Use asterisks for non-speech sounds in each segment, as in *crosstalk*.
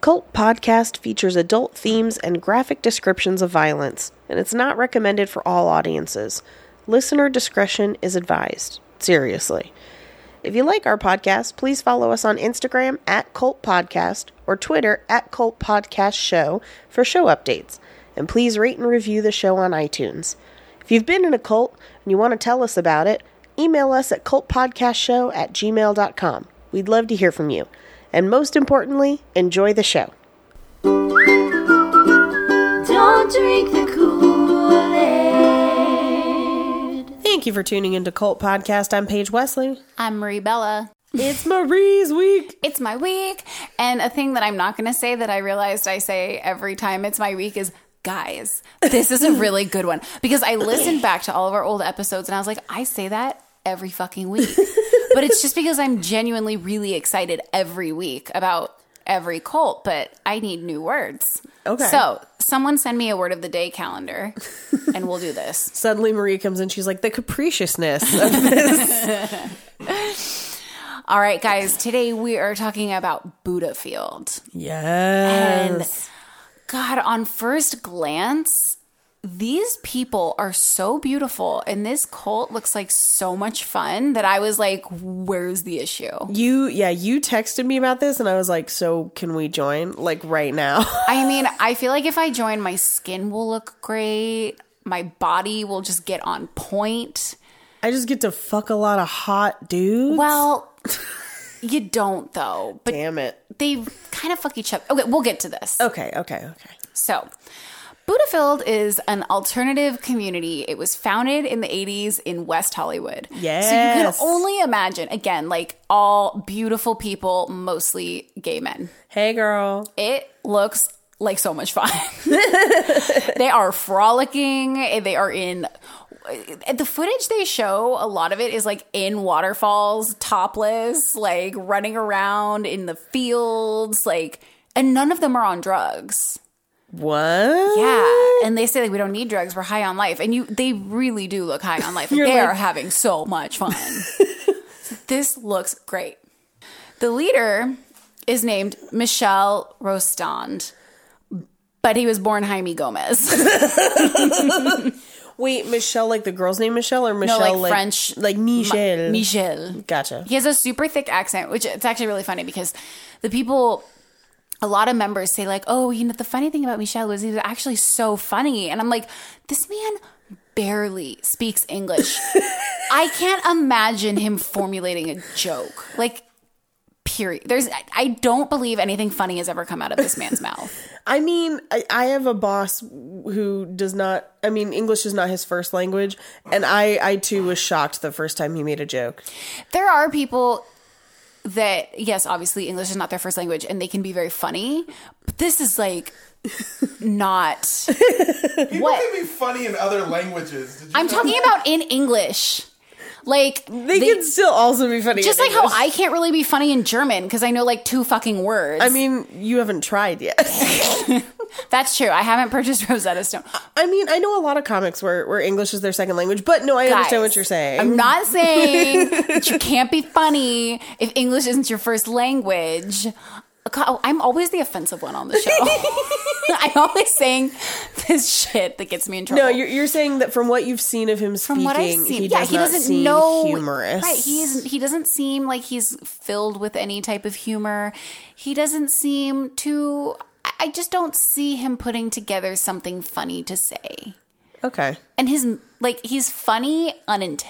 Cult Podcast features adult themes and graphic descriptions of violence, and it's not recommended for all audiences. Listener discretion is advised. Seriously. If you like our podcast, please follow us on Instagram at Cult Podcast or Twitter at Cult Podcast Show for show updates. And please rate and review the show on iTunes. If you've been in a cult and you want to tell us about it, email us at cultpodcastshow at gmail.com. We'd love to hear from you. And most importantly, enjoy the show. Don't drink the Kool-Aid. Thank you for tuning into Cult Podcast. I'm Paige Wesley. I'm Marie Bella. It's Marie's week. It's my week. And a thing that I'm not going to say that I realized I say every time it's my week is, guys, this is a really good one. Because I listened back to all of our old episodes and I was like, I say that every fucking week. but it's just because I'm genuinely really excited every week about every cult, but I need new words. Okay. So someone send me a word of the day calendar and we'll do this. Suddenly, Marie comes in. She's like, the capriciousness. *laughs* of- All right, guys, today we are talking about Buddha Field. And yes. God, on first glance, these people are so beautiful, and this cult looks like so much fun that I was like, where's the issue? you, yeah, you texted me about this, and I was like, so can we join? Like, right now. *laughs* I mean, I feel like if I join, my skin will look great, my body will just get on point. I just get to fuck a lot of hot dudes. Well, you don't, though, but Damn it. they kind of fuck each other. Okay, we'll get to this. Okay, okay, okay. So, Budafield is an alternative community. It was founded in the 80s in West Hollywood. Yes. So you can only imagine, again, like all beautiful people, mostly gay men. Hey, girl. It looks like so much fun. *laughs* they are frolicking. They are in. The footage they show, a lot of it is like in waterfalls, topless, like running around in the fields, like, and none of them are on drugs. What? Yeah, and they say like we don't need drugs. We're high on life, and you they really do look high on life. Like, You're they like- are having so *laughs* much fun. this looks great. The leader is named Michel Rostand, but he was born Jaime Gomez. Wait, Michelle, like the girl's name Michelle or Michelle like, French- Like *laughs* Michelle. Michel. Gotcha. He has a super thick accent, which it's actually really funny because the people, a lot of members say like, "Oh, you know, the funny thing about Michel was he was actually so funny," and I'm like, this man barely speaks English. I can't imagine him formulating a joke like. Period. There's. I- I don't believe anything funny has ever come out of this man's mouth. I mean, I, I have a boss who does not. I mean, English is not his first language, and I, I too was shocked the first time he made a joke. there are people that yes obviously english is not their first language and they can be very funny but this *laughs* is like not what It'd be funny in other languages. Did you i'm know? talking about in english like They, they- can still also be funny. just in like how English. i can't really be funny in german because i know like two fucking words I mean, you haven't tried yet. *laughs* that's true i haven't purchased *laughs* rosetta stone I mean, I know a lot of comics where, where English is their second language, but no, I understand Guys, what you're saying. i'm not saying *laughs* that you can't be funny if english isn't your first language God, I'm always the offensive one on the show. *laughs* *laughs* I'm always saying this shit that gets me in trouble. no, you're, you're saying that from what you've seen of him speaking, from what I've seen, he, yeah, does he not doesn't seem know humorous. Right, he's he doesn't seem like he's filled with any type of humor. He doesn't seem to. I- I just don't see him putting together something funny to say. okay. And his like he's funny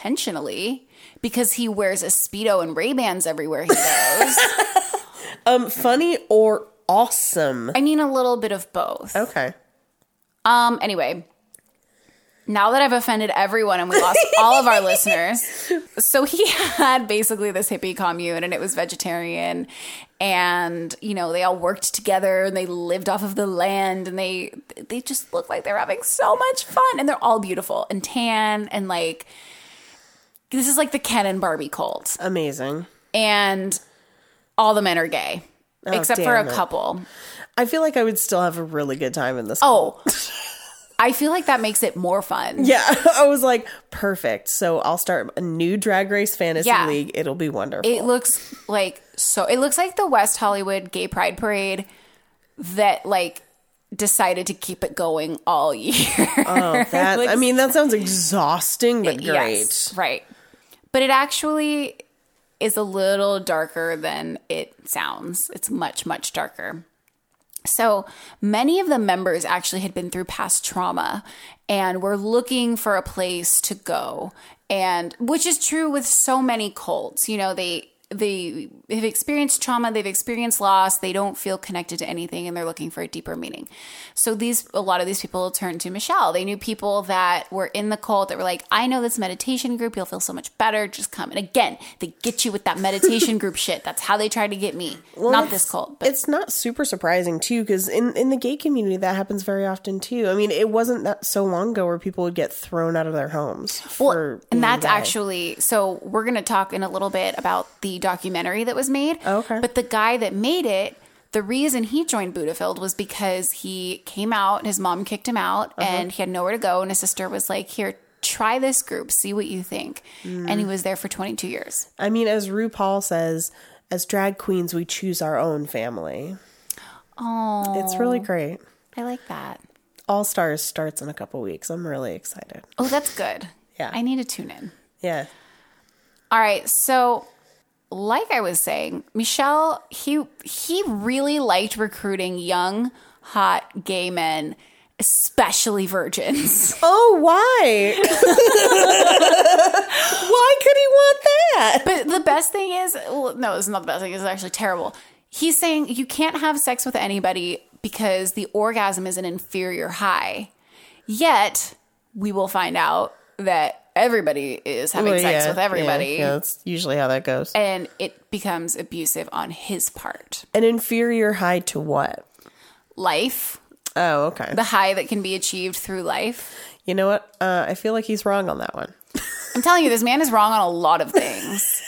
unintentionally because he wears a speedo and Ray Bans everywhere he goes. Um, funny or awesome? I mean, a little bit of both. Okay. Um. Anyway, now that I've offended everyone and we lost all *laughs* of our listeners, so he had basically this hippie commune, and it was vegetarian, and you know they all worked together and they lived off of the land, and they they just look like they're having so much fun, and they're all beautiful and tan and like. This is like the Ken and Barbie cult Amazing. and all the men are gay except for Oh, damn a it. couple. I feel like I would still have a really good time in this. Oh, I feel like that makes it more fun. Yeah, *laughs* I was like, perfect. So I'll start a new drag race fantasy Yeah. league. It'll *laughs* be wonderful. It looks like so. It looks like the West Hollywood Gay Pride Parade that like decided to keep it going all year. *laughs* Oh, that I mean, that sounds exhausting, but great. Yes, right. But it actually is a little darker than it sounds. It's much, much darker. So many of the members actually had been through past trauma and were looking for a place to go. And which is true with so many cults. You know, they they have experienced trauma, they've experienced loss, they don't feel connected to anything and they're looking for a deeper meaning. So these a lot of these people turned to Michelle. They knew people that were in the cult that were like, "I know this meditation group, you'll feel so much better, just come." And again, they get you with that meditation group shit. That's how they try to get me. Not this cult, but It's not super surprising too, because in in the gay community that happens very often too. I mean, it wasn't that so long ago where people would get thrown out of their homes for being and that's gay. actually so we're going to talk in a little bit about the documentary that was made Oh, Okay. but the guy that made it the reason he joined Budafield was because he came out and his mom kicked him out Uh-huh. and he had nowhere to go and his sister was like here try this group see what you think Mm. and he was there for 22 years I mean, as RuPaul says, as drag queens, we choose our own family. oh It's really great. i like that All Stars starts in a couple weeks. I'm really excited. oh that's good Yeah. i need to tune in Yeah. All right, so like I was saying, Michelle, he he really liked recruiting young, hot gay men, especially virgins. *laughs* Oh, why? why could he want that? but the best thing is, well, no, it's not the best thing. It's actually terrible. He's saying you can't have sex with anybody because the orgasm is an inferior high. Yet we will find out that everybody is having Well, sex yeah, with everybody. Yeah, yeah, that's usually how that goes. And it becomes abusive on his part. An inferior high to what? Life Oh, okay. the high that can be achieved through life. You know what? Uh, I feel like he's wrong on that one. I'm telling you, this man is wrong on a lot *laughs* of things.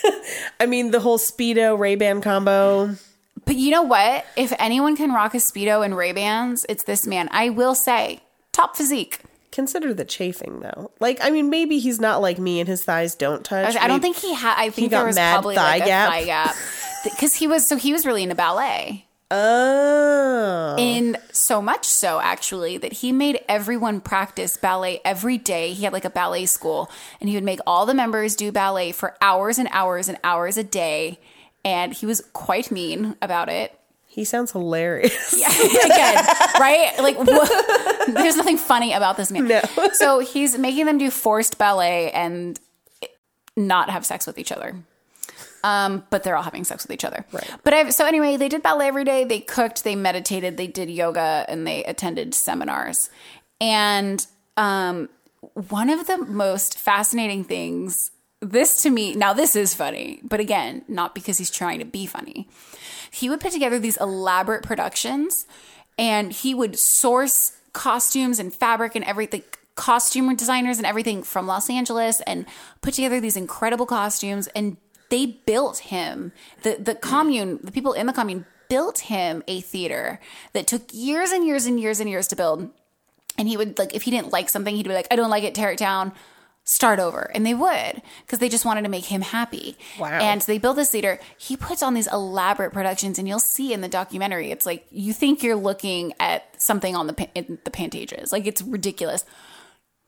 I mean, the whole Speedo Ray Ban combo. but you know what? If anyone can rock a Speedo and Ray-Bans, it's this man. I will say, top physique. Consider the chafing, though. Like, I mean, maybe he's not like me and his thighs don't touch. I don't Maybe- think he had, I think got there was mad probably thigh like gap. a *laughs* thigh gap. Because he was, so he was really into ballet. Oh. And so much so, actually, that he made everyone practice ballet every day. He had like a ballet school, and he would make all the members do ballet for hours and hours and hours a day. And he was quite mean about it. He sounds hilarious. *laughs* again, right? Like, wha- there's nothing funny about this man. so he's making them do forced ballet and not have sex with each other. Um, but they're all having sex with each other. Right. But I've, so anyway, they did ballet every day. They cooked, they meditated, they did yoga, and they attended seminars. And um, one of the most fascinating things, this to me, now this is funny, but again, not because he's trying to be funny he would put together these elaborate productions and he would source costumes and fabric and everything costume designers and everything from Los Angeles and put together these incredible costumes and they built him the the commune the people in the commune built him a theater that took years and years and years and years to build and he would like if he didn't like something he'd be like I don't like it tear it down start over and they would because they just wanted to make him happy Wow. and so they build this theater. He puts on these elaborate productions, and you'll see in the documentary, it's like you think you're looking at something on the pa- in the Pantages. Like it's ridiculous.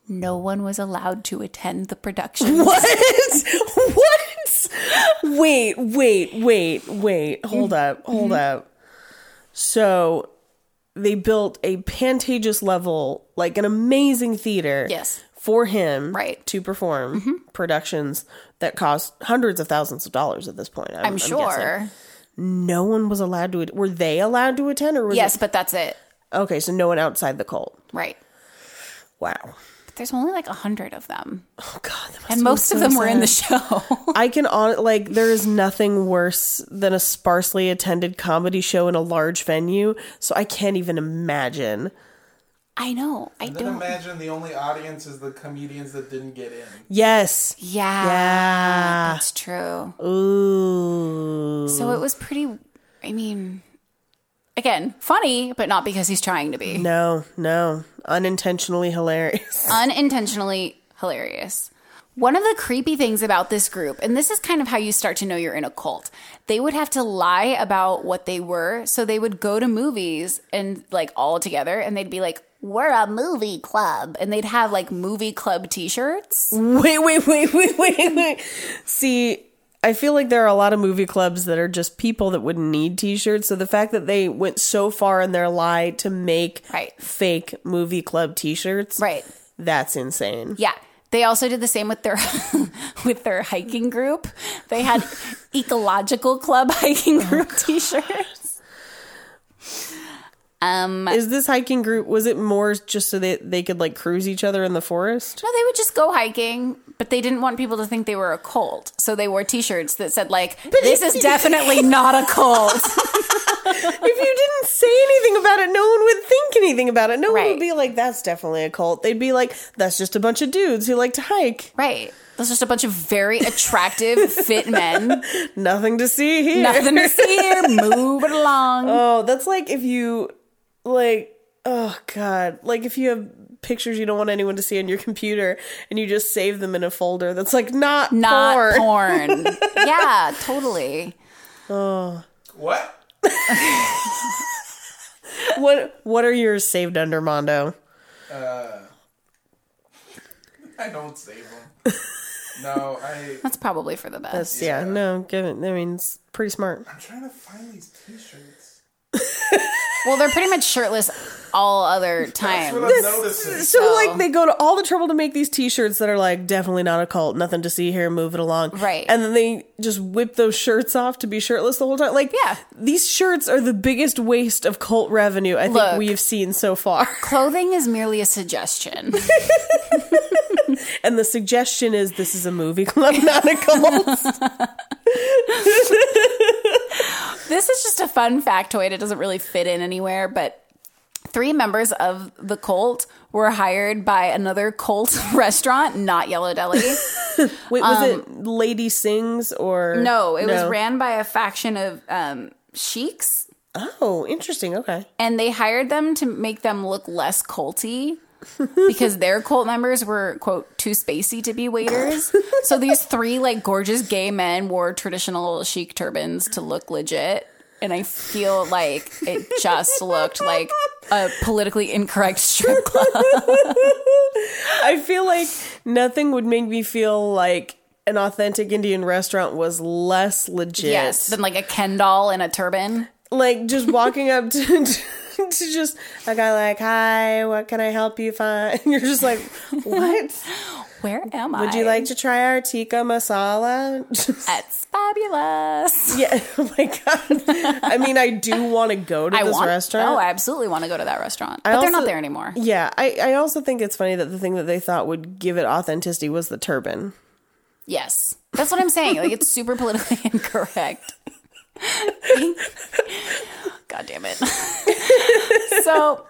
No one was allowed to attend the *laughs* production. What? what? Wait, wait, wait, wait. Hold up, hold Mm-hmm. up. So they built a Pantages level, like an amazing theater. Yes. For him Right. Mm-hmm. to perform productions that cost hundreds of thousands of dollars at this point. I'm, I'm guessing. sure. no one was allowed to. Were they allowed to attend, or was yes, it- but that's it. okay, so no one outside the cult. Right. Wow. But there's only like a hundred of them, Oh God. That must and most of them were in the show. show. *laughs* I can on like there is nothing worse than a sparsely attended comedy show in a large venue, so I can't even imagine. I know. I Then don't. imagine the only audience is the comedians that didn't get in. Yes. yeah, Yeah. that's true. Ooh. So it was pretty. I mean, again, funny, but not because he's trying to be. No, no. Unintentionally hilarious. *laughs* unintentionally hilarious. One of the creepy things about this group, and this is kind of how you start to know you're in a cult, they would have to lie about what they were. So they would go to movies and like all together and they'd be like, we're a movie club. And they'd have like movie club t shirts. Wait, wait, wait, wait, wait, wait. See, I feel like there are a lot of movie clubs that are just people that wouldn't need t-shirts. So the fact that they went so far in their lie to make Right. fake movie club t-shirts, Right. That's insane. Yeah. They also did the same with their *laughs* with their hiking group. *laughs* They had ecological club hiking Oh, group t-shirts. Um Is this hiking group was it more just so that they could like cruise each other in the forest? No, they would just go hiking, but they didn't want people to think they were a cult. So they wore t shirts that said, like, this *laughs* is definitely not a cult. *laughs* if you didn't say anything about it, no one would think anything about it. No one Right. would be like, "That's definitely a cult." They'd be like, "That's just a bunch of dudes who like to hike. right. There's just a bunch of very attractive, *laughs* fit men. Nothing to see here." Nothing to see here. Move it *laughs* along. Oh, that's like if you like oh god, like if you have pictures you don't want anyone to see on your computer and you just save them in a folder that's like not, not *laughs* porn. porn. yeah, totally. What? What what are yours saved under Mondo? I don't save *laughs* them. no, I. That's probably for the best. That's yeah, no, give it I mean it's pretty smart. I'm trying to find these T-shirts. well, they're pretty much shirtless all other That's what time. I'm noticing. So like they go to all the trouble to make these t-shirts that are like definitely not a cult, nothing to see here, move it along. Right. And then they just whip those shirts off to be shirtless the whole time. Like Yeah. these shirts are the biggest waste of cult revenue I Look. think we have seen so far. *laughs* Clothing is merely a *laughs* suggestion. And the suggestion is this is a movie club, *laughs* not a *laughs* cult. This is just a fun factoid. It doesn't really fit in anywhere, but three members of the cult were hired by another cult *laughs* restaurant, not Yellow Deli. Wait, was it Lady Sings or Um, No, it was ran by a faction of um, sheiks, Oh, interesting. Okay, and they hired them to make them look less culty. *laughs* because their cult members were quote too spacey to be waiters so these three like gorgeous gay men wore traditional chic turbans to look legit and i feel like it just looked like a politically incorrect strip club I feel like nothing would make me feel like an authentic Indian restaurant was less legit. yes than like a ken doll in a turban like just walking up to. *laughs* to to just a guy like hi what can i help you find *laughs* you're just like what where am i would you like to try our tikka masala *laughs* that's fabulous Yeah. *laughs* Oh my god. I mean, I do want to go to i this want restaurant. oh i absolutely want to go to that restaurant but they're also- not there anymore yeah. I, I also think it's funny that the thing that they thought would give it authenticity was the turban. Yes. That's what I'm saying. Like it's super politically *laughs* incorrect. God damn it. *laughs* so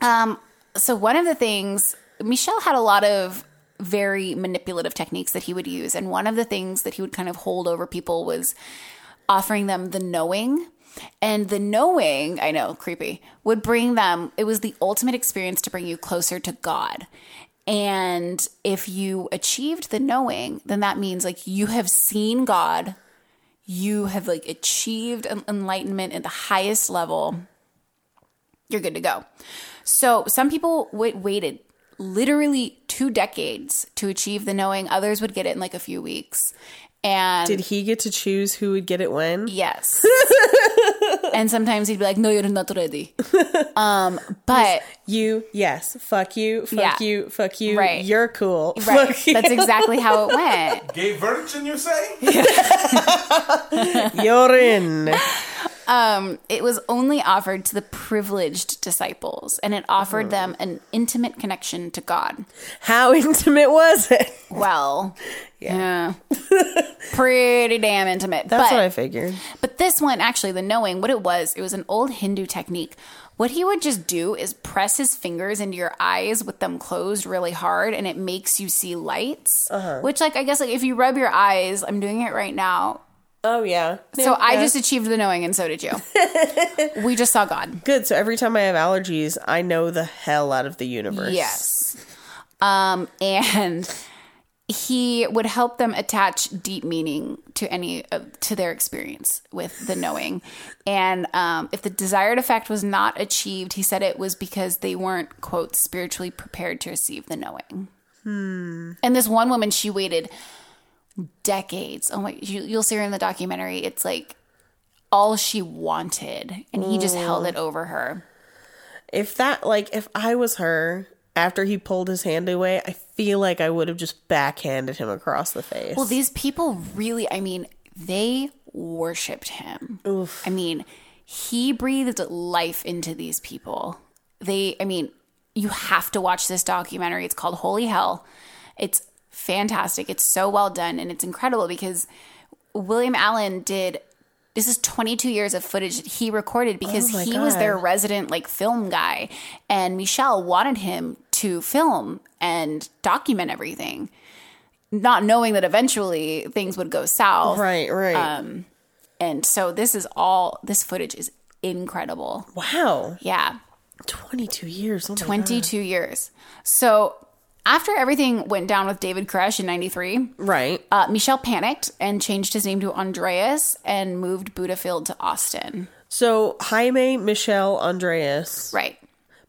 um so one of the things Michelle had a lot of very manipulative techniques that he would use and one of the things that he would kind of hold over people was offering them the knowing and the knowing, I know, creepy, would bring them, it was the ultimate experience to bring you closer to God. And if you achieved the knowing, then that means like you have seen God, you have like achieved en- enlightenment at the highest level, you're good to go. So some people wait, waited literally two decades to achieve the knowing, others would get it in like a few weeks. And Did he get to choose who would get it when? Yes. *laughs* and sometimes he'd be like, "No, you're not ready." Um, *laughs* but You, yes. Fuck you. Fuck Yeah. you. Fuck you. Right. You're cool. right, Fuck you. that's exactly how it went. Gay virgin, you say? *laughs* You're in. Um, It was only offered to the privileged disciples, and it Oh. offered them an intimate connection to God. How *laughs* intimate was it? *laughs* Well, yeah, pretty damn intimate. That's but, what I figured. But this one, actually, the knowing, what it was, it was an old Hindu technique. What he would just do is press his fingers into your eyes with them closed really hard, and it makes you see lights. Which, like, I guess, like if you rub your eyes, I'm doing it right now. Oh yeah. So I just achieved the knowing, and so did you. we just saw God. good. So every time I have allergies, I know the hell out of the universe. Yes. Um, and he would help them attach deep meaning to any of, to their experience with the knowing and um, if the desired effect was not achieved he said it was because they weren't quote spiritually prepared to receive the knowing and this one woman she waited decades oh my you, you'll see her in the documentary it's like all she wanted and he just held it over her If that, like, if I was her, after he pulled his hand away, I feel like I would have just backhanded him across the face. Well, these people really, I mean, they worshiped him. I mean, he breathed life into these people. They, I mean, you have to watch this documentary. It's called Holy Hell. It's fantastic. It's so well done and it's incredible because William Allen did this is 22 years of footage that he recorded because Oh my he was God. their resident like film guy and Michelle wanted him to film and document everything not knowing that eventually things would go south. right, right. um, And so this is all this footage is incredible. wow. Yeah. 22 years. Oh my 22 years. So after everything went down with David Koresh in 93, God. Right. uh, Michel panicked and changed his name to Andreas and moved Budafield to Austin. So Jaime, Michelle, Andreas. Right.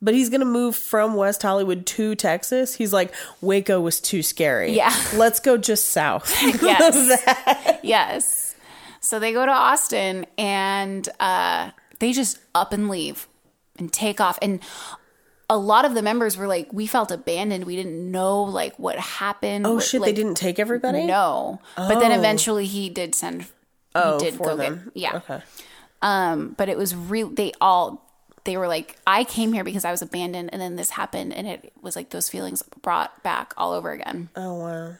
But he's going to move from West Hollywood to Texas. He's like, Waco was too scary. Yeah. Let's go just south. *laughs* *laughs* Yes. yes. So they go to Austin and uh, they just up and leave and take off. And a lot of the members were like, we felt abandoned. We didn't know like what happened. oh, what- shit. like, they didn't take everybody? No. But then eventually he did send. Oh, he did for go them. Get, yeah. Okay. Um, but it was real. They all they were like, I came here because I was abandoned, and then this happened, and it was like those feelings brought back all over again. Oh, wow.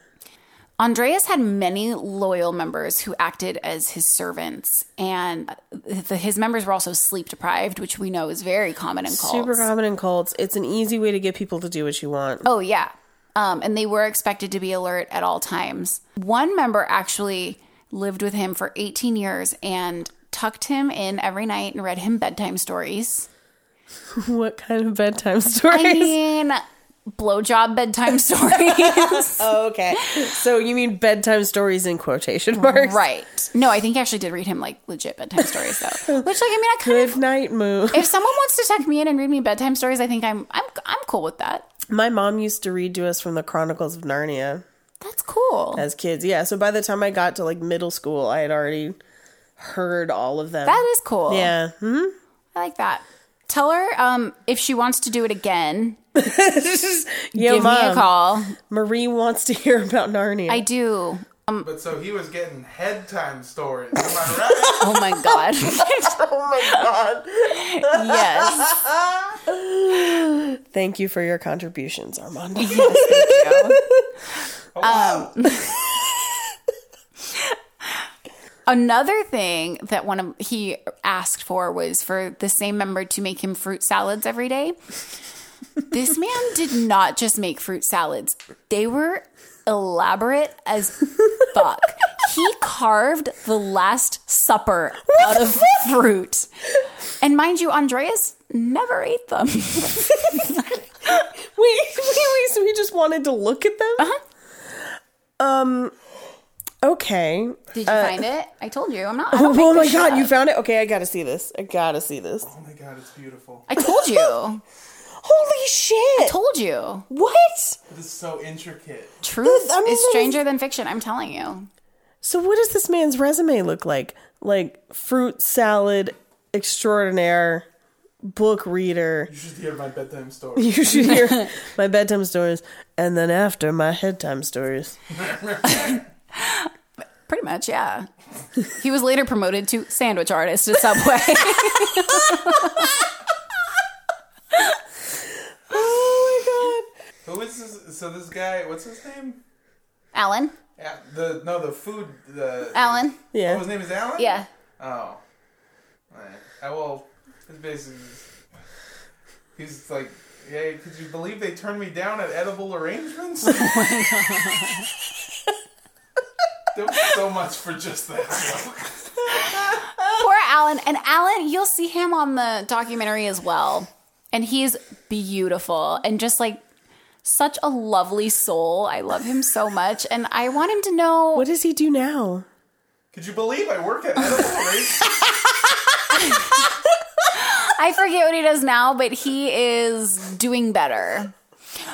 Andreas had many loyal members who acted as his servants, and the, his members were also sleep deprived, which we know is very common in cults. Super common in cults. It's an easy way to get people to do what you want. Oh, yeah. Um, and they were expected to be alert at all times. One member actually lived with him for 18 years and tucked him in every night and read him bedtime stories. What kind of *laughs* bedtime stories? I mean, *laughs* blowjob bedtime stories. oh, okay. So you mean bedtime stories in quotation marks? right. No, I think I actually did read him like legit bedtime stories, *laughs* though. Which, like, I mean, I kind of. Good night, Moo. If someone wants to tuck me in and read me bedtime stories, I think I'm I'm I'm cool with that. My mom used to read to us from the Chronicles of Narnia That's cool. as kids. Yeah. So by the time I got to like middle school, I had already heard all of them. that is cool. yeah. I like that. Tell her um, if she wants to do it again, Yo, give me a mom. call. Marie wants to *laughs* hear about Narnia. I do. But so he was getting head time stories. Am I right? Oh my god. *laughs* oh my *laughs* yes. god. Thank you for your contributions, Armando. *laughs* Um, Another thing that one of he asked for was for the same member to make him fruit salads every day. This man did not just make fruit salads. They were elaborate as fuck. He carved the last supper out of fruit. And mind you, Andreas never ate *laughs* them. Wait, wait, wait. So he just wanted to look at them? Uh-huh. Um. Okay. Did you find it? I told you. I'm not. I, Oh, don't make my this shit god, you up. found it? Okay, I gotta see this. I gotta see this. oh my god, it's beautiful. I told *laughs* you. Holy shit! told you. what? It is so intricate. Truth I mean, is that is- stranger than fiction. I'm telling you. So what does this man's resume look like? Like fruit salad extraordinaire, book reader. *laughs* You should hear my *laughs* bedtime story. You should hear my bedtime stories, and then after my headtime *gasps* stories. Pretty much, yeah. he was later promoted to sandwich artist at Subway. Oh Who is this? So this guy, what's his name? *laughs* Alan. Yeah, the no, the food. The Alan. my god! Oh, Yeah. his name is Alan. Yeah. Oh. Alright. I well, it's basically. just- He's like, hey, could you believe they turned me down at edible arrangements? there was so much for just that. joke. Poor Alan. And Alan, you'll see him on the documentary as well. And he is beautiful and just like such a lovely soul. I love him so much, and I want him to know. What does he do now? Could you believe I work at edible arrangements? I forget what he does now, but he is doing better.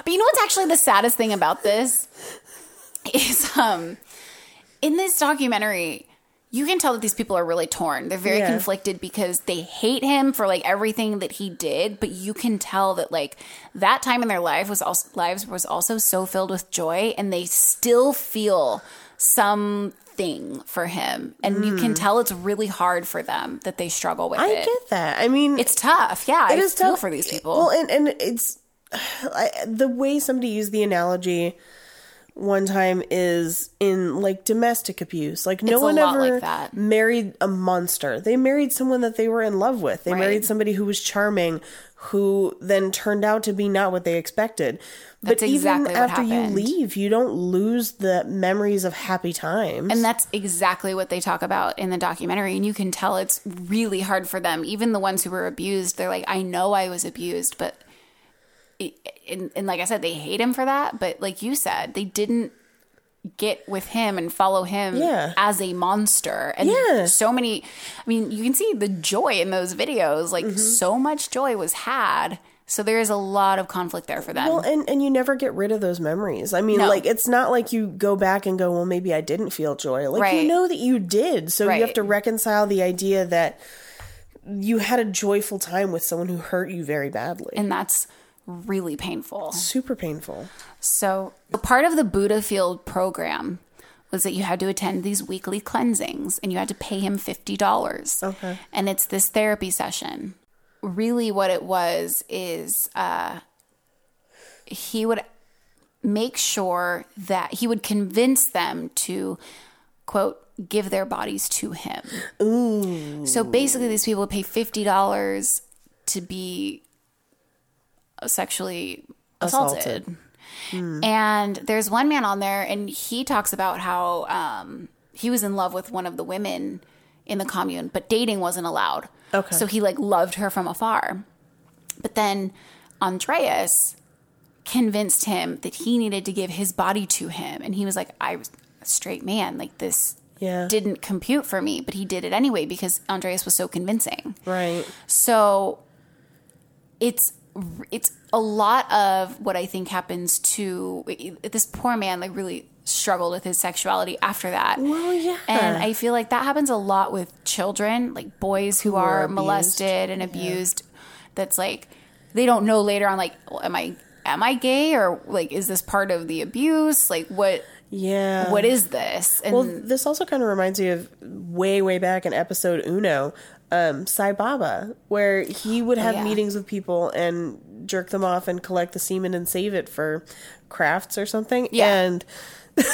But you know what's actually the saddest thing about this is um in this documentary you can tell that these people are really torn. They're very Yeah. conflicted because they hate him for like everything that he did, but you can tell that like that time in their life was also lives was also so filled with joy and they still feel something for him. And you can tell it's really hard for them that they struggle with Mm. I it. get that. I mean, It's tough. Yeah, It I is feel for these people. Well, and and it's *sighs* I, the way somebody used the analogy one time is in like domestic abuse. Like no It's a one lot ever like that. married a monster. They married someone that they were in love with. They Right. married somebody who was charming, who then turned out to be not what they expected. That's but exactly even what after you happened. leave, you don't lose the memories of happy times. and that's exactly what they talk about in the documentary. And you can tell it's really hard for them. Even the ones who were abused, they're like, I know I was abused, but. it- And, and like I said, they hate him for that. But like you said, they didn't get with him and follow him Yeah. as a monster. And Yeah. so many, I mean, you can see the joy in those videos. Like Mm-hmm. so much joy was had. So there is a lot of conflict there for them. Well, and, and you never get rid of those memories. I mean, No. like, it's not like you go back and go, well, maybe I didn't feel joy. Like, Right. you know that you did. So you have Right. to reconcile the idea that you had a joyful time with someone who hurt you very badly. and that's really painful. Super painful. So, part of the Buddha Field program was that you had to attend these weekly cleansings and you had to pay him $50. Okay. And it's this therapy session. Really, what it was is uh, he would make sure that he would convince them to, quote, give their bodies to him. Ooh. So basically, these people would pay $50 to be sexually assaulted. And there's one man on there, and he talks about how um, he was in love with one of the women in the commune, but dating wasn't allowed. Okay. So he like loved her from afar. But then Andreas convinced him that he needed to give his body to him. And he was like, I was a straight man. Like this Yeah. didn't compute for me, but he did it anyway because Andreas was so convincing. Right. So it's it's a lot of what I think happens to this poor man. Like really struggled with his sexuality after that. Well, yeah. And I feel like that happens a lot with children, like boys who, are are, abused. molested and abused. That's like they don't know later on. Like, well, am I am I gay or like is this part of the abuse? Like what Yeah. what is this? And Well, this also kind of reminds me of way, way back in episode Uno, um, Sai Baba, where he would have Oh, yeah. meetings with people and jerk them off and collect the semen and save it for crafts or something. Yeah. And *laughs*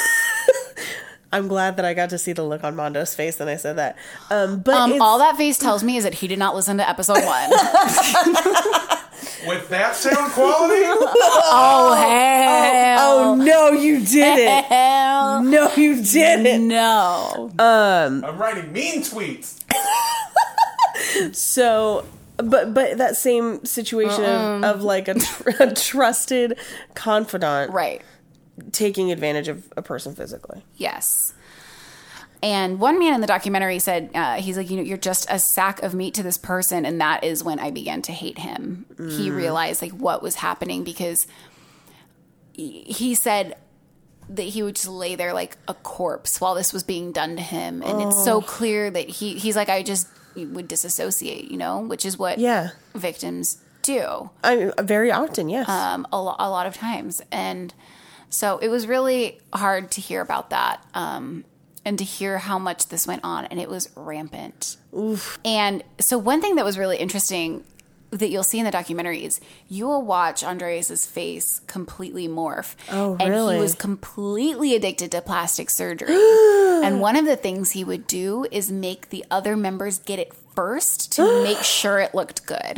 I'm glad that I got to see the look on Mondo's face when I said that. Um, but um, it's- all that face tells me is that he did not listen to episode one. Oh, With that sound quality? oh hell, Oh no, you *laughs* didn't! hell No, you didn't! no. I'm writing mean tweets. So, but but that same situation of, of like a, tr- *laughs* a trusted confidant, Right. taking advantage of a person physically. Yes. And one man in the documentary said, uh, he's like, you know, you're just a sack of meat to this person. And that is when I began to hate him. He realized like what was happening because he- he said that he would just lay there like a corpse while this was being done to him. And it's so clear that he, he's like, I just would disassociate, you know, which is what Yeah. victims do. I very often, yes. um, a, lo- a lot of times. And so it was really hard to hear about that um, and to hear how much this went on. And it was rampant. And so, one thing that was really interesting that you'll see in the documentary is you will watch Andreas's face completely morph. Oh, And really? he was completely addicted to *gasps* plastic surgery. and one of the things he would do is make the other members get it first to *gasps* make sure it looked good.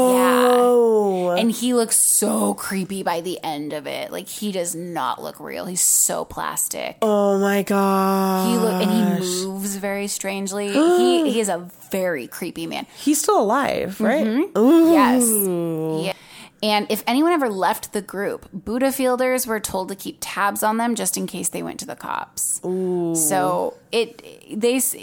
no. And he looks so creepy by the end of it. Like he does not look real. He's so plastic. Oh my he god. look and he moves very strangely. he he is a very creepy man. Mm-hmm. He's still alive, right? Yes. Yeah. And if anyone ever left the group, Buddha fielders were told to keep tabs on them just in case they went to the cops. So it they s-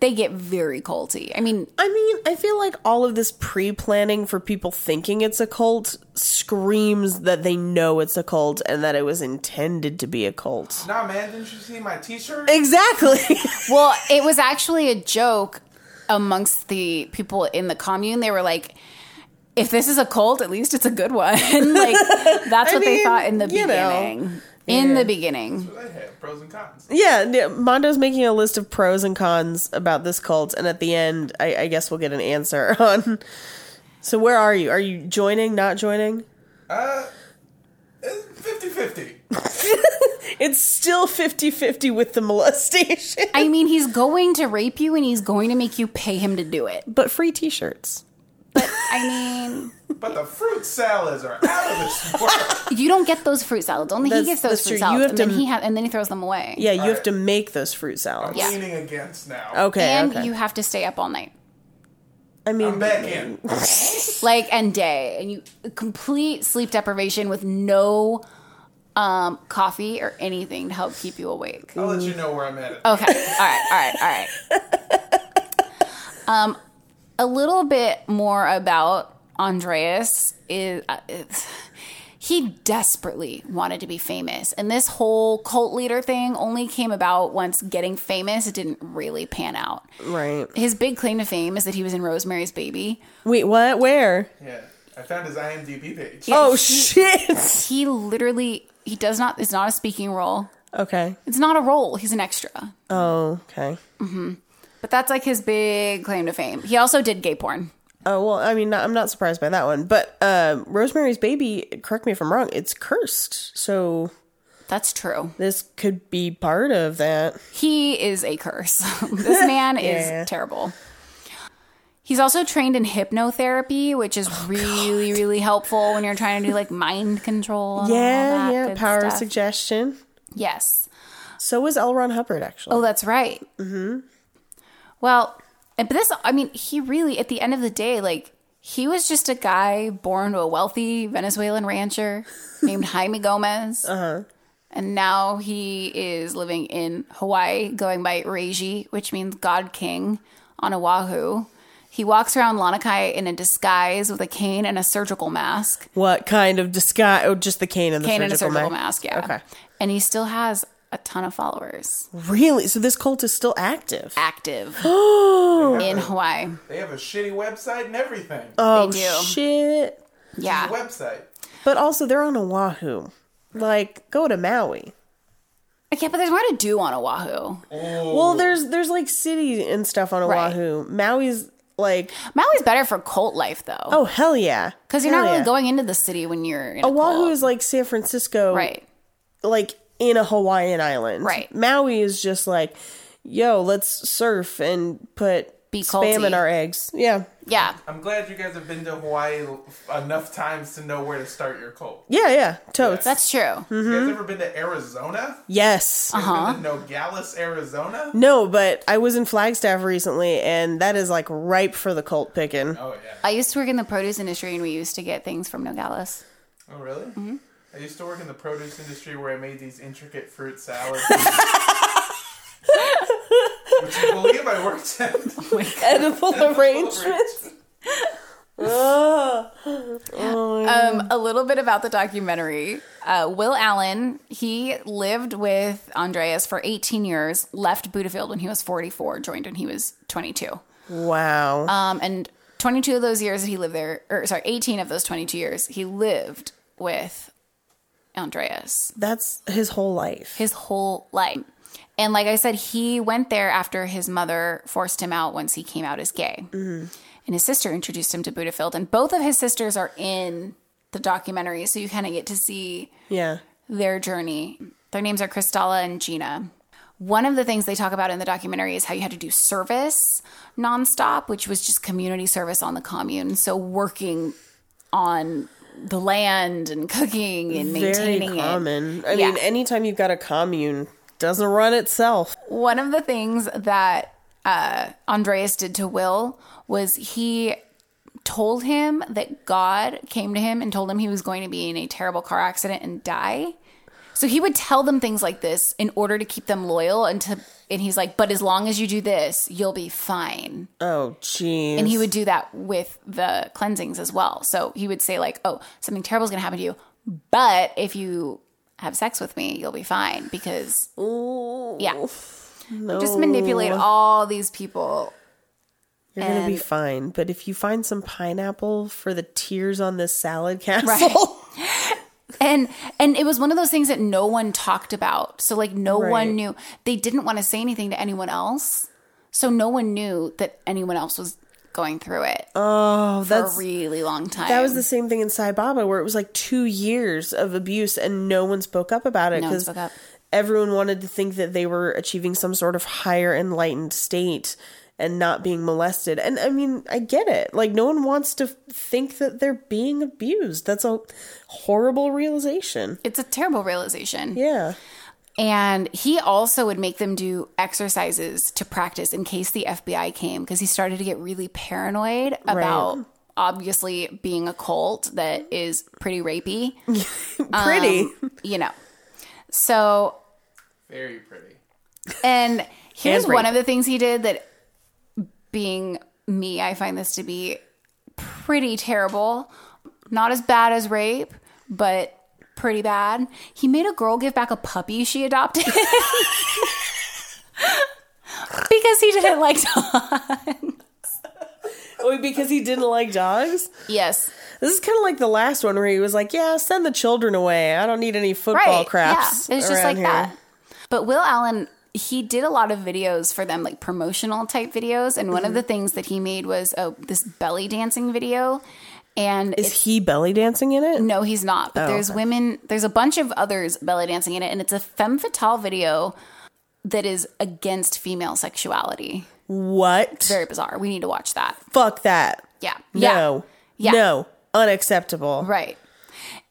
they get very culty. I mean, I mean, I feel like all of this pre planning for people thinking it's a cult screams that they know it's a cult and that it was intended to be a cult. Nah, man, didn't you see my T-shirt? Exactly. well, it was actually a joke amongst the people in the commune. They were like, if this is a cult, at least it's a good one. *laughs* like *laughs* that's what they mean, thought in the you know. beginning. In the beginning. I have pros and cons. *laughs* yeah, yeah, Mondo's making a list of pros and cons about this cult, and at the end, I, I guess we'll get an answer *laughs* on. So, where are you? Are you joining, not joining? Uh, it's 50-50. It's still 50 50 with the molestation, I mean, he's going to rape you and he's going to make you pay him to do it. but free t shirts. I mean, But the fruit salads are out of this world. you don't get those fruit salads. Only That's- he gets that's those fruit true. salads, You have and to- then he ha- and then he throws them away. Yeah, you All have right. to make those fruit salads. Yeah. Leaning against now. Okay. and okay. you have to stay up all night, I mean, I'm back in. like and day, and you complete sleep deprivation with no um, coffee or anything to help keep you awake. I'll let you know where I'm at. Okay. All right. All right. All right. Um, a little bit more about Andreas is. Uh, it's- he desperately wanted to be famous, and this whole cult leader thing only came about once getting famous. It didn't really pan out. right. His big claim to fame is that he was in Rosemary's Baby. Wait, what? Where? Yeah. I found his IMDb page. Oh He- shit. *laughs* He literally he does not. It's not a speaking role. Okay. It's not a role. He's an extra. Oh, okay. But that's like his big claim to fame. He also did gay porn. Oh well, I mean, not, I'm not surprised by that one. But uh, Rosemary's Baby, correct me if I'm wrong, it's cursed. So That's true. this could be part of that. He is a curse. *laughs* this *laughs* man Yeah. is terrible. He's also trained in hypnotherapy, which Oh, is really, really helpful when you're trying to do like mind control. and all Yeah, that yeah. good Power of stuff. suggestion. Yes. So is L. Ron Hubbard actually. Oh, that's right. Mm-hmm. Well, and- but this, I mean, he really, at the end of the day, like, he was just a guy born to a wealthy Venezuelan *laughs* rancher named Jaime Gomez. Uh-huh. And now he is living in Hawaii, going by Reiji, which means God King, on Oahu. He walks around Lanakai in a disguise with a cane and a surgical mask. What kind of disguise? Oh, just the cane and the Cane surgical, and a surgical ma- mask, yeah. Okay. And he still has a ton of followers Really? So this cult is still active. *gasps* active They in have a- Hawaii. They have a shitty website and everything. oh do. shit. Yeah. Website. But also, they're on Oahu. Like, go to Maui. Yeah, but there's more to do on Oahu. Well, there's there's like cities and stuff on Right. Oahu. Maui's like, Maui's better for cult life though, oh hell yeah, because you're Hell not really yeah. going into the city when you're in a Oahu cult. is like San Francisco, right. Like in a Hawaiian island, Right. Maui is just like, yo, let's surf and put Be spam in culty. our eggs. Yeah, Yeah, I'm glad you guys have been to Hawaii l- enough times to know where to start your cult. yeah, yeah. Totes. that's true. You guys ever been to Arizona? Yes. Uh-huh. You guys been to Nogales, Arizona? No, but I was in Flagstaff recently, and that is like ripe for the cult picking. Oh, yeah. I used to work in the produce industry, and we used to get things from Nogales. Oh, really? I used to work in the produce industry where I made these intricate fruit salads. Would you believe I worked at *laughs* *laughs* Edible arrangements. oh. Um, a little bit about the documentary. Uh, Will Allen, he lived with Andreas for 18 years, left Budafield when he was 44, joined when he was 22. Wow. Um, and 22 of those years that he lived there, or sorry, 18 of those 22 years, he lived with Andreas. That's his whole life. his whole life. And like I said, he went there after his mother forced him out once he came out as gay. And his sister introduced him to Budafield. And both of his sisters are in the documentary. So you kind of get to see Yeah. their journey. Their names are Kristalla and Gina. One of the things they talk about in the documentary is how you had to do service nonstop, which was just community service on the commune. So working on the land and cooking and Very maintaining it. common. I Yeah. mean, anytime you've got a commune, doesn't run itself. one of the things that uh, Andreas did to Will was he told him that God came to him and told him he was going to be in a terrible car accident and die. So he would tell them things like this in order to keep them loyal and to and he's like, "But as long as you do this, you'll be fine." Oh, jeez. And he would do that with the cleansings as well. So he would say like, "Oh, something terrible is going to happen to you, but if you have sex with me, you'll be fine because yeah." Just manipulate all *laughs* these people. You're gonna be and- fine. But if you find some pineapple for the tears on this salad castle, *laughs* And and it was one of those things that no one talked about. So like no Right. one knew. They didn't want to say anything to anyone else. So no one knew that anyone else was going through it *laughs* oh, for that's a really long time. That was the same thing in Sai Baba, where it was like two years of abuse and no one spoke up about it No one because spoke up. everyone wanted to think that they were achieving some sort of higher enlightened state and not being molested. And I mean, I get it. Like, no one wants to think that they're being abused. That's a horrible realization. It's a terrible realization. Yeah. And he also would make them do exercises to practice in case the FBI came because he started to get really paranoid about obviously being a cult that is pretty rapey. Um, Pretty. *laughs* you know. So Very pretty. And here's And one rape. of the things he did that, being me, I find this to be pretty terrible. Not as bad as rape, but pretty bad. He made a girl give back a puppy she adopted. *laughs* Because he didn't like dogs. Oh, because he didn't like dogs? Yes. This is kind of like the last one where he was like, yeah, send the children away. I don't need any football Right. craps. Yeah. It's just around like here." that. But Will Allen, he did a lot of videos for them, like promotional type videos. And Mm-hmm. one of the things that he made was oh, this belly dancing video. And Is he belly dancing in it? No, he's not. Oh, But there's women, there's a bunch of others belly dancing in it, and it's a femme fatale video that is against female sexuality. What? Very bizarre. We need to watch that. Fuck that. Yeah. No. Yeah. Yeah. No. Unacceptable. Yeah. Right.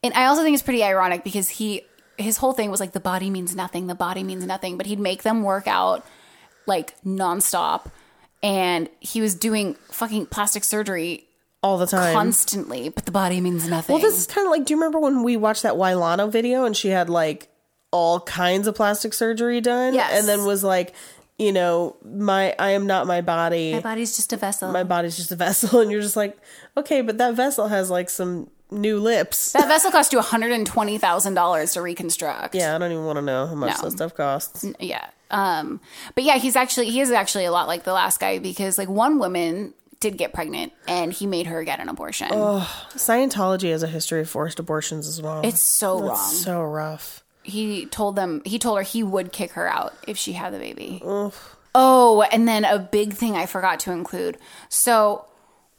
And I also think it's pretty ironic because he, his whole thing was like, the body means nothing, the body means nothing. But he'd make them work out like nonstop. And he was doing fucking plastic surgery All the time. constantly, but the body means nothing. well, this is kind of like, do you remember when we watched that Wailano video and she had like all kinds of plastic surgery done? Yes. And then was like, you know, my I am not my body. my body's just a vessel. my body's just a *laughs* vessel. And you're just like, okay, but that vessel has like some new lips. that vessel cost you $120,000 to reconstruct. yeah, I don't even want to know how much No. that stuff costs. yeah um but yeah he's actually he is actually a lot like the last guy because like one woman did get pregnant and he made her get an abortion Scientology has a history of forced abortions as well. it's so That's wrong so rough. he told them he told her he would kick her out if she had the baby oh and then a big thing i forgot to include so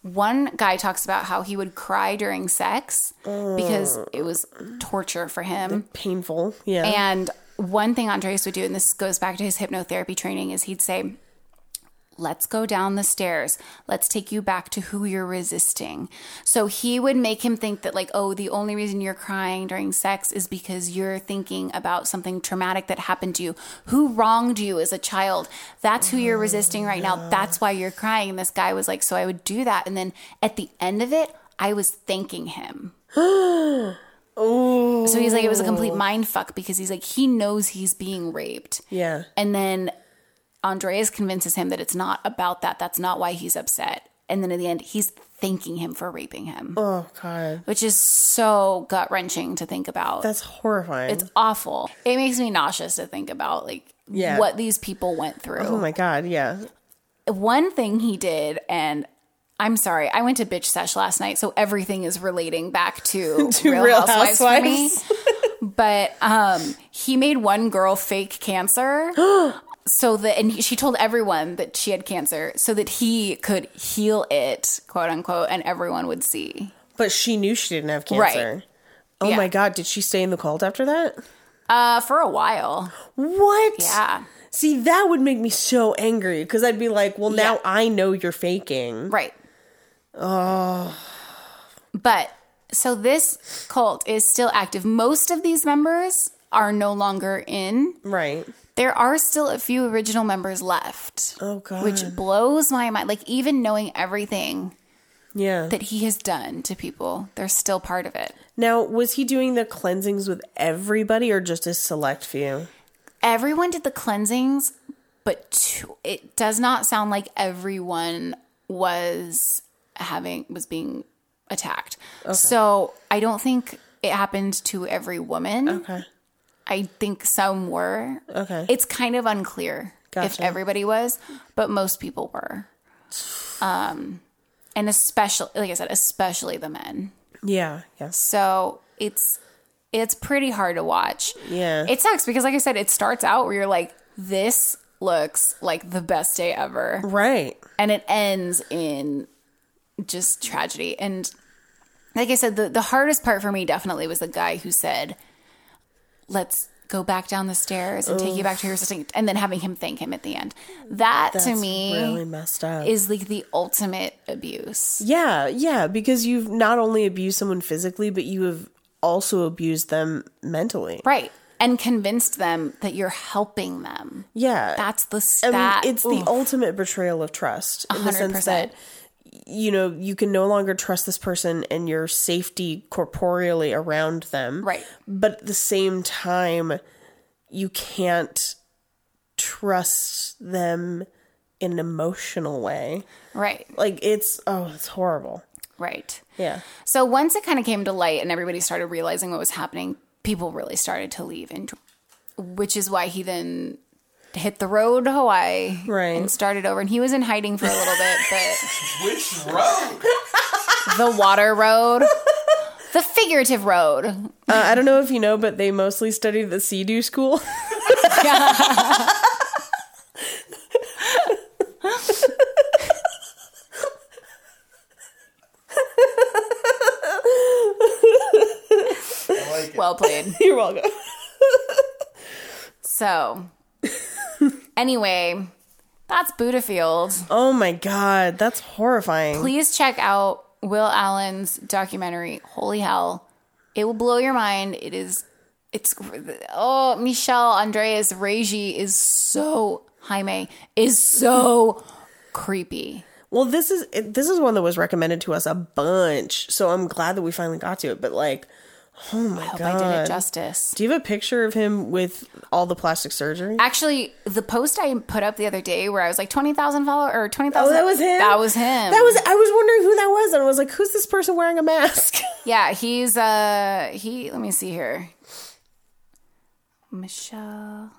one guy talks about how he would cry during sex because it was torture for him Painful. Yeah. And one thing Andreas would do, and this goes back to his hypnotherapy training, is he'd say, Let's go down the stairs. Let's take you back to who you're resisting. So he would make him think that, like, oh, the only reason you're crying during sex is because you're thinking about something traumatic that happened to you. Who wronged you as a child? That's who you're resisting right now. That's why you're crying. And this guy was like, so I would do that. And then at the end of it, I was thanking him. So he's like, it was a complete mind fuck because he's like, he knows he's being raped. yeah. And then Andreas convinces him that it's not about that. That's not why he's upset. And then in the end, he's thanking him for raping him, Oh god. which is so gut wrenching to think about. That's horrifying. it's awful. It makes me nauseous to think about like Yeah. what these people went through. oh my god, yeah. One thing he did, and I'm sorry, I went to bitch sesh last night, so everything is relating *laughs* back to, To Real, Real Housewives, for me. Housewives. but um, he made one girl fake *gasps* cancer. So that, and she told everyone that she had cancer so that he could heal it, quote unquote, and everyone would see. But she knew she didn't have cancer. Right. Oh Yeah. my god, did she stay in the cult after that? Uh, for a while. What? Yeah. See, that would make me so angry because I'd be like, well, now Yeah. I know you're faking. Right. Oh. But so this cult is still active. Most of these members are no longer in. Right. There are still a few original members left, Oh god. which blows my mind. Like, even knowing everything Yeah. that he has done to people. They're still part of it. Now, was he doing the cleansings with everybody or just a select few? Everyone did the cleansings, but to, it does not sound like everyone was having was being attacked. So I don't think it happened to every woman. Okay. I think some were. Okay. It's kind of unclear if Gotcha. everybody was, but most people were. Um, and especially, like I said, especially the men. yeah. Yes. So it's it's pretty hard to watch. Yeah. It sucks because, like I said, it starts out where you're like, this looks like the best day ever, right. and it ends in just tragedy. And like I said, the the hardest part for me definitely was the guy who said, "Let's." Go back down the stairs and take you back to your assistant, and then having him thank him at the end. That to That's me really messed up. is like the ultimate abuse. yeah. Yeah. Because you've not only abused someone physically, but you have also abused them mentally. Right. And convinced them that you're helping them. Yeah. That's the I stat. mean, it's the ultimate betrayal of trust in the sense 100%. that you know you can no longer trust this person and your safety corporeally around them, Right. But at the same time, you can't trust them in an emotional way. right, Like it's oh, it's horrible. right. Yeah, So once it kind of came to light and everybody started realizing what was happening, people really started to leave, and which is why he then hit the road to Hawaii Right. and started over. And he was in hiding for a little bit, but Which *laughs* road? the water road, the figurative road, uh, I don't know if you know, but they mostly studied the Sea-Doo school. *laughs* I like it. well played. You're *laughs* welcome. So anyway, that's Budafield. Oh my god, that's horrifying. please check out Will Allen's documentary. Holy hell, it will blow your mind. It is, it's oh Michelle Andreas Reggie is so Jaime is so creepy. Well, this is it- this is one that was recommended to us a bunch, so I'm glad that we finally got to it. But like, oh my Hope god, I did it justice. do you have a picture of him with all the plastic surgery? Actually, the post I put up the other day where I was like twenty thousand follower or twenty oh, thousand. that was him. That was him. That was. I was wondering who that was, and I was like, who's this person wearing a mask? *laughs* Yeah, he's uh he. Let me see here. Michelle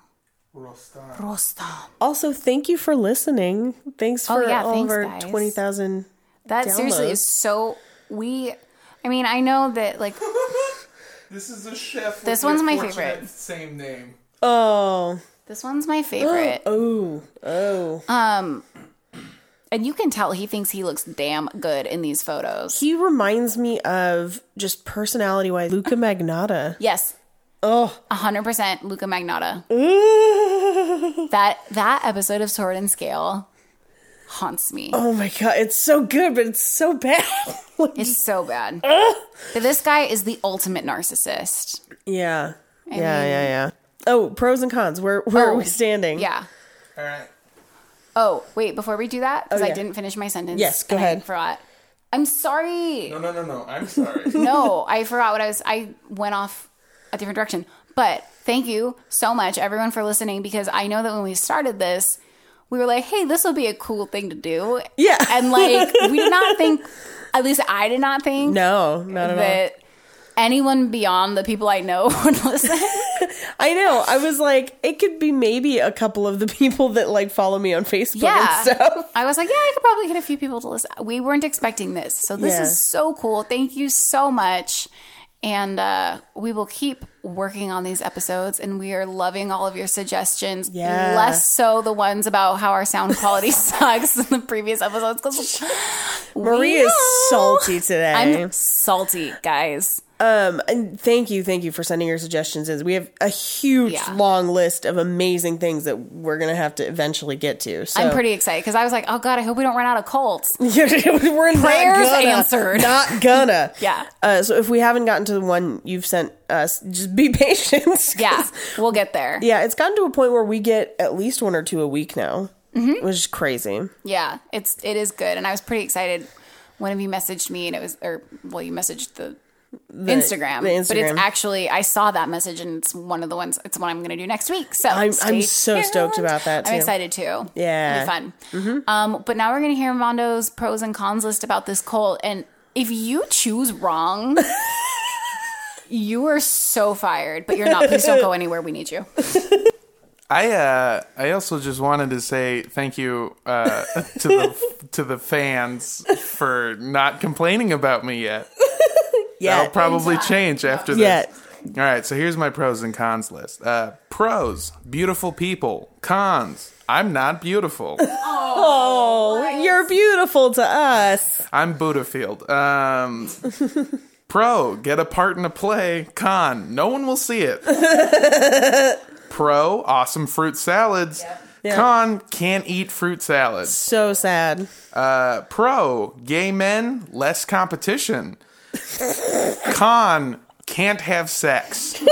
Rostan. Rostam. also, thank you for listening. Thanks for Oh, yeah, all thanks, of our guys. twenty thousand. That seriously downloads. is so. We, I mean, I know that like This is a chef. with This the one's my unfortunate favorite. Same name. Oh, this one's my favorite, *gasps* Um, oh, oh. and you can tell he thinks he looks damn good in these photos. he reminds me of just personality wise, Luca Magnotta. Yes, Oh, hundred percent, *laughs* Luca Magnotta. That that episode of Sword and Scale haunts me. oh my god, it's so good, but it's so bad. *laughs* It's so bad. Oh. But this guy is the ultimate narcissist. Yeah. yeah, yeah, yeah. Oh, pros and cons. Where where are Oh, we standing? Yeah. All right. Oh wait, before we do that, because Oh, I yeah. didn't finish my sentence. Yes, go and I ahead. forgot. I'm sorry. No, no, no, no. I'm *laughs* sorry. *laughs* no, I forgot what I was. I went off a different direction. But thank you so much, everyone, for listening because I know that when we started this, we were like, hey, this will be a cool thing to do. Yeah. And like, we *laughs* did not think, at least I did not think No, not at all. that anyone beyond the people I know *laughs* would listen. I know. I was like, it could be maybe a couple of the *laughs* people that like follow me on Facebook yeah. and stuff. I was like, yeah, I could probably get a few people to listen. We weren't expecting this. So this Yeah. is so cool. Thank you so much. And uh, we will keep working on these episodes, and we are loving all of your suggestions. Yeah. Less so the ones about how our sound *laughs* quality sucks in the previous episodes. 'cause Maria is know. salty today. I'm salty, guys. um, and thank you, thank you for sending your suggestions in. We have a huge Yeah. long list of amazing things that we're gonna have to eventually get to. So I'm pretty excited because I was like, oh god, I hope we don't run out of colds. *laughs* we're not *laughs* Prayers gonna, answered. Not gonna. *laughs* Yeah. Uh, so if we haven't gotten to the one you've sent us, just be *laughs* patient. 'cause Yeah, we'll get there. Yeah, it's gotten to a point where we get at least one or two a week now, which is crazy. Yeah, it's it is good, and I was pretty excited one of you messaged me and it was or well you messaged the, Instagram, the but it's Instagram. actually I saw that message and it's one of the ones it's one I'm going to do next week. So I'm- I'm stay so stoked about that, I'm too. excited too. Yeah. Mm-hmm. It'll be fun. Um, but now we're going to hear Mondo's pros and cons list about this cult, and if you *laughs* choose wrong. You are so fired, but you're not. Please don't *laughs* go anywhere. We need you. I uh, I also just wanted to say thank you uh, *laughs* to the to the fans for not complaining about me yet. That'll Yeah. probably change after this. Yeah. All right, so here's my pros and cons list. Uh, pros: beautiful people. Cons: I'm not beautiful. oh, you're beautiful to us. I'm Budafield. Um, pro: get a part in a play. Con: no one will see *laughs* it. pro: awesome fruit salads. Yeah. Con: can't eat fruit salads. So sad. Uh, pro, gay men, less competition. Con, can't have sex.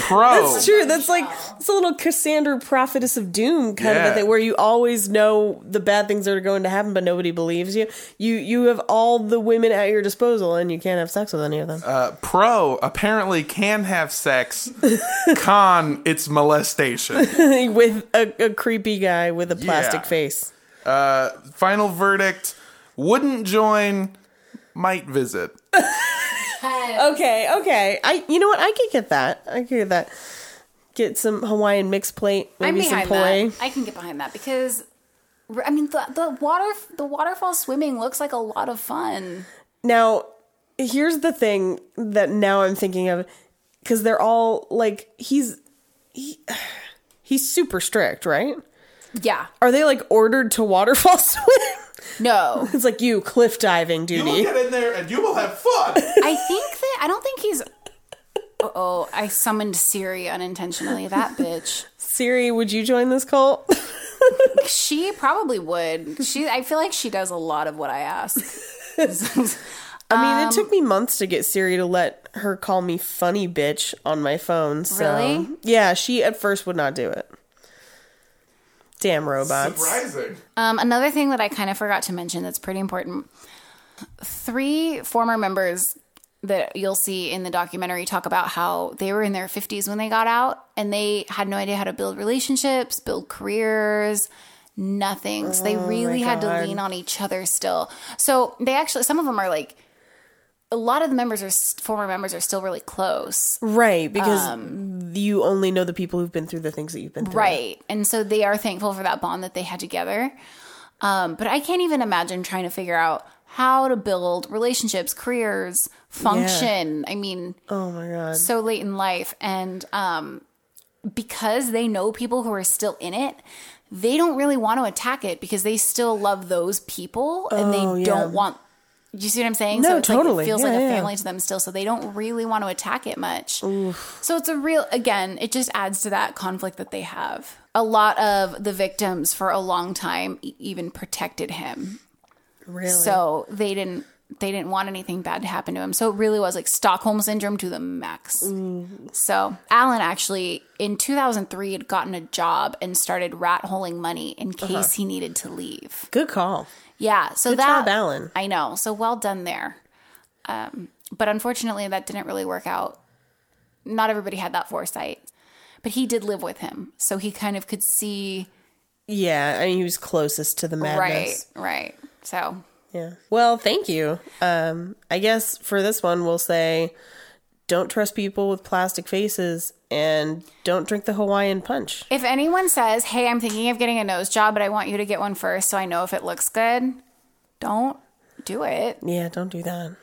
Pro, It's true. *laughs* That's like it's a little Cassandra prophetess of doom kind of Yeah. a thing where you always know the bad things that are going to happen, but nobody believes you. You you have all the women at your disposal, and you can't have sex with any of them. uh, pro, apparently can have sex. Con, it's molestation. *laughs* with a, a creepy guy with a plastic Yeah. face. Uh, final verdict, wouldn't join, might visit. Okay, okay. I you know what? I could get that. I could get that. Get some Hawaiian mixed plate, I'm maybe some behind poi. that. I can get behind that because I mean the, the water the waterfall swimming looks like a lot of fun. Now, here's the thing that now I'm thinking of because they're all like he's he, *sighs* he's super strict, right? Yeah. Are they like ordered to waterfall *laughs* swim? No. it's like you cliff diving You will duty. get in there and you will have fun. *laughs* I think that I don't think he's Oh, I summoned Siri unintentionally. That *laughs* bitch. Siri, would you join this cult? She probably would. She. I feel like she does a lot of what I ask. I mean, Um, it took me months to get Siri to let her call me funny bitch on my phone. So. Really? Yeah, she at first would not do it. Damn robots. Surprising. Um, another thing that I kind of forgot to mention that's pretty important three former members that you'll see in the documentary talk about how they were in their 50s when they got out and they had no idea how to build relationships, build careers, nothing. So they really had to lean on each other still. So they actually, some of them are like, a lot of the members are s- former members are still really close. Right, because you only know the people who've been through the things that you've been through. Um, Right. And so they are thankful for that bond that they had together. Um, but I can't even imagine trying to figure out how to build relationships, careers, function. I mean, Oh my god. so late in life. And um, because they know people who are still in it, they don't really want to attack it because they still love those people and they Oh, yeah. don't want. Do you see what I'm saying? No, so it's like- it totally. feels Yeah, like a yeah. family to them still, so they don't really want to attack it much. So it's a real, again, it just adds to that conflict that they have. A lot of the victims for a long time e- even protected him. Really? So they didn't they didn't want anything bad to happen to him. So it really was like Stockholm syndrome to the max. Mm-hmm. So Alan actually in 2003 had gotten a job and started rat holing money in case he needed to leave. good call. Yeah, so Uh-huh. Good that job, Alan. I know. So well done there. Um, but unfortunately, that didn't really work out. Not everybody had that foresight, but he did live with him, so he kind of could see. Yeah, I mean he was closest to the madness. Right, right. So Yeah. Well, thank you. Um, I guess for this one we'll say don't trust people with plastic faces and don't drink the Hawaiian punch. If anyone says, "Hey, I'm thinking of getting a nose job, but I want you to get one first so I know if it looks good," don't do it. Yeah, don't do that.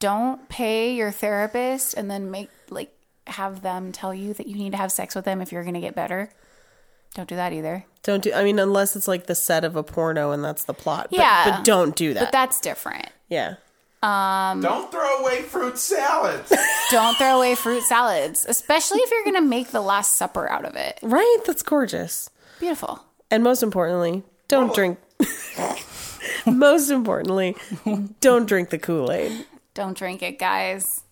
Don't pay your therapist and then make like have them tell you that you need to have sex with them if you're going to get better. Don't do that either. Don't do I mean unless it's like the set of a porno and that's the plot. But, Yeah. But don't do that. But that's different. yeah. Don't throw away fruit salads. Don't throw away fruit salads, especially if you're going to make the last supper out of it. Right? That's gorgeous. Beautiful. And most importantly, don't drink *laughs* most importantly, don't drink the Kool-Aid. Don't drink it, guys.